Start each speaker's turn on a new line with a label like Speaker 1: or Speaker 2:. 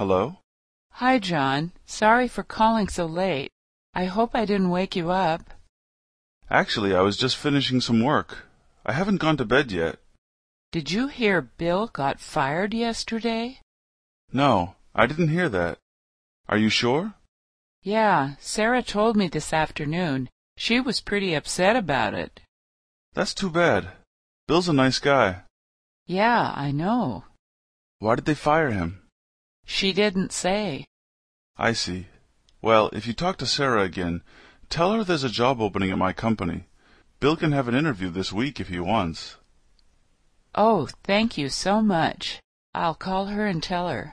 Speaker 1: Hello?
Speaker 2: Hi, John. Sorry for calling so late. I hope I didn't wake you up.
Speaker 1: Actually, I was just finishing some work. I haven't gone to bed yet.
Speaker 2: Did you hear Bill got fired yesterday?
Speaker 1: No, I didn't hear that. Are you sure?
Speaker 2: Yeah, Sarah told me this afternoon. She was pretty upset about it.
Speaker 1: That's too bad. Bill's a nice guy.
Speaker 2: Yeah, I know.
Speaker 1: Why did they fire him?
Speaker 2: She didn't say.
Speaker 1: I see. Well, if you talk to Sarah again, tell her there's a job opening at my company. Bill can have an interview this week if he wants.
Speaker 2: Oh, thank you so much. I'll call her and tell her.